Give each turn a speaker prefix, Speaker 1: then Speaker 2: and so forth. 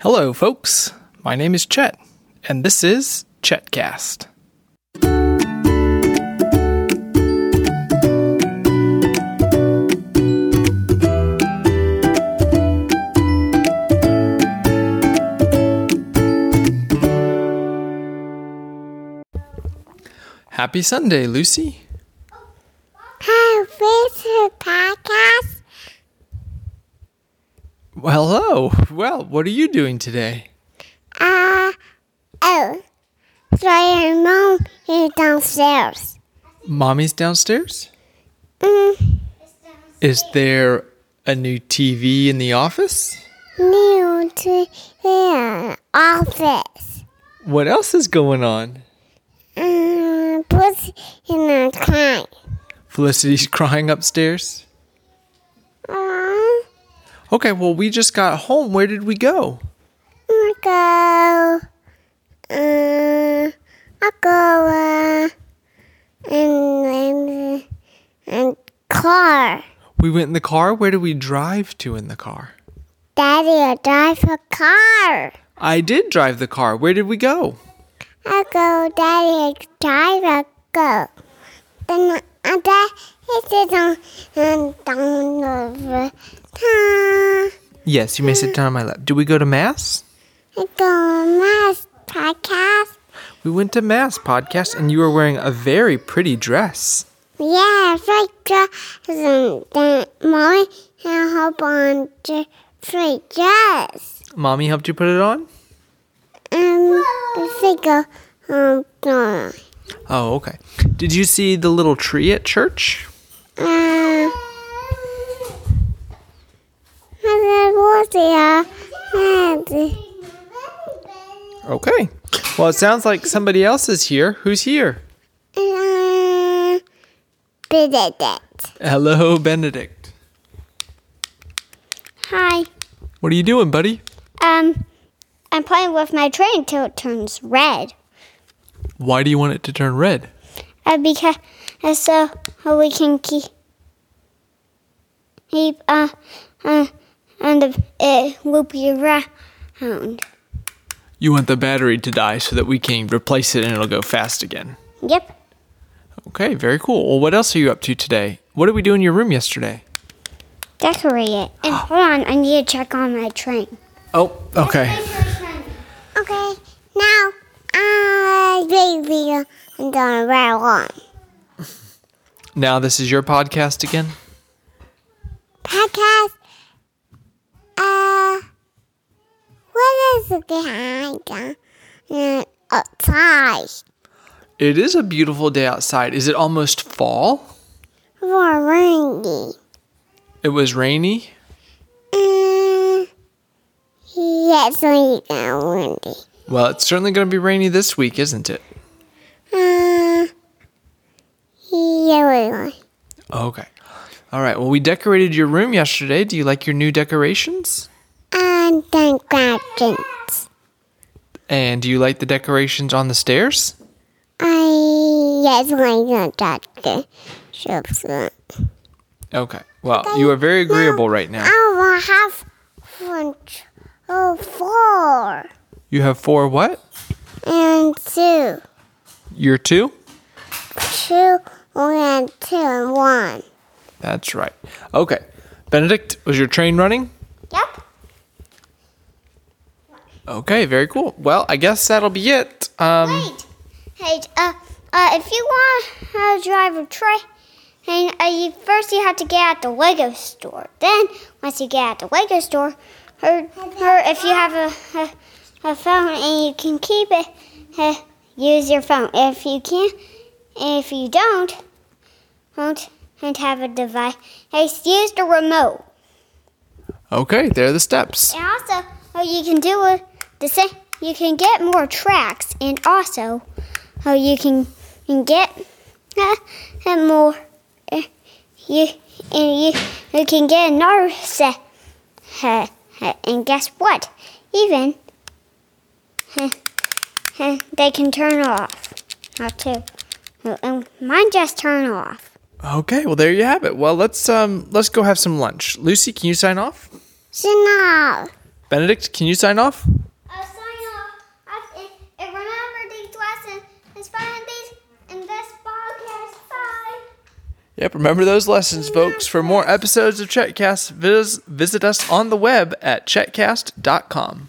Speaker 1: Hello, folks. My name is Chet, and this is Chetcast. Happy Sunday, Lucy.
Speaker 2: Visit podcast.
Speaker 1: Well, hello. Well, what are you doing today?
Speaker 2: Uh, oh, so your mom is downstairs.
Speaker 1: Mommy's downstairs?
Speaker 2: Mm,
Speaker 1: Is there a new TV in the office?
Speaker 2: new to the office.
Speaker 1: What else is going on?
Speaker 2: Um, puts in a crime.
Speaker 1: Felicity's crying upstairs.
Speaker 2: Uh,
Speaker 1: Okay, well, we just got home. Where did we go?
Speaker 2: I'll go. Uh, I'll go. Uh, and and and car.
Speaker 1: We went in the car. Where did we drive to in the car?
Speaker 2: Daddy will drive a car.
Speaker 1: I did drive the car. Where did we go?
Speaker 2: I go, Daddy, drive, I go. Then I dad it is on and down over time.
Speaker 1: Yes, you may sit down on my lap. Did we go to Mass?
Speaker 2: I go mass podcast.
Speaker 1: We went to Mass podcast, and you were wearing a very pretty dress.
Speaker 2: Yeah, free dress and then Molly and a whole bunch of free dress.
Speaker 1: Mommy helped you put it on?
Speaker 2: And the figure um gone.
Speaker 1: Oh, okay. Did you see the little tree at church?
Speaker 2: Uh, and then was there and
Speaker 1: Okay. Well, it sounds like somebody else is here. Who's here?
Speaker 2: Uh, Benedict.
Speaker 1: Hello, Benedict.
Speaker 2: Hi.
Speaker 1: What are you doing, buddy?
Speaker 2: Um, I'm playing with my train until it turns red.
Speaker 1: Why do you want it to turn red?
Speaker 2: Uh, because uh, so we can keep keep uh, uh and the, it will be around.
Speaker 1: You want the battery to die so that we can replace it and it'll go fast again.
Speaker 2: Yep.
Speaker 1: Okay, very cool. Well, what else are you up to today? What did we do in your room yesterday?
Speaker 2: Decorate it. And hold on, I need to check on my train.
Speaker 1: Oh, okay.
Speaker 2: Okay. Now I baby and on a red one.
Speaker 1: Now this is your podcast again?
Speaker 2: podcast. Uh, what is behind uh, outside
Speaker 1: It is a beautiful day outside. Is it almost fall?
Speaker 2: for rainy?
Speaker 1: It was rainy.
Speaker 2: Uh, yes, we got windy.
Speaker 1: Well, it's certainly going to be rainy this week, isn't it?
Speaker 2: Uh, yeah, we won.
Speaker 1: Okay. All right. Well, we decorated your room yesterday. Do you like your new decorations?
Speaker 2: And then questions.
Speaker 1: And do you like the decorations on the stairs?
Speaker 2: I yes, we got doctor. Shops. I
Speaker 1: Okay. Well, you are very agreeable right now.
Speaker 2: will have lunch. Oh, four
Speaker 1: You have four what?
Speaker 2: and two.
Speaker 1: You're two?
Speaker 2: two and two and one.
Speaker 1: That's right. Okay. Benedict, was your train running?
Speaker 2: Yep.
Speaker 1: Okay, very cool. Well, I guess that'll be it. Um,
Speaker 2: Wait. Hey, uh, uh, if you want to drive a train, uh, you, first you have to get at the Lego store. Then, once you get at the Lego store, or, or if you have a, a, a phone and you can keep it, uh, use your phone. If you can't, if you don't, won't and have a device, use the remote.
Speaker 1: okay, there are the steps.
Speaker 2: And also, oh, you can do it the same. You can get more tracks, and also, oh, you can, can get uh, and more. Uh, you and you you can get another set. Uh, uh, and guess what? Even uh, uh, they can turn off. Now too. Uh, And mine just turn off.
Speaker 1: Okay, well there you have it. Well, let's um let's go have some lunch. Lucy, can you sign off?
Speaker 2: So now,
Speaker 1: Benedict, can you sign off?
Speaker 3: Uh, sign off. And, and remember these lessons and find these in this podcast. Bye.
Speaker 1: Yep, remember those lessons, folks. For more episodes of Chetcast, vis- visit us on the web at chetcast.com.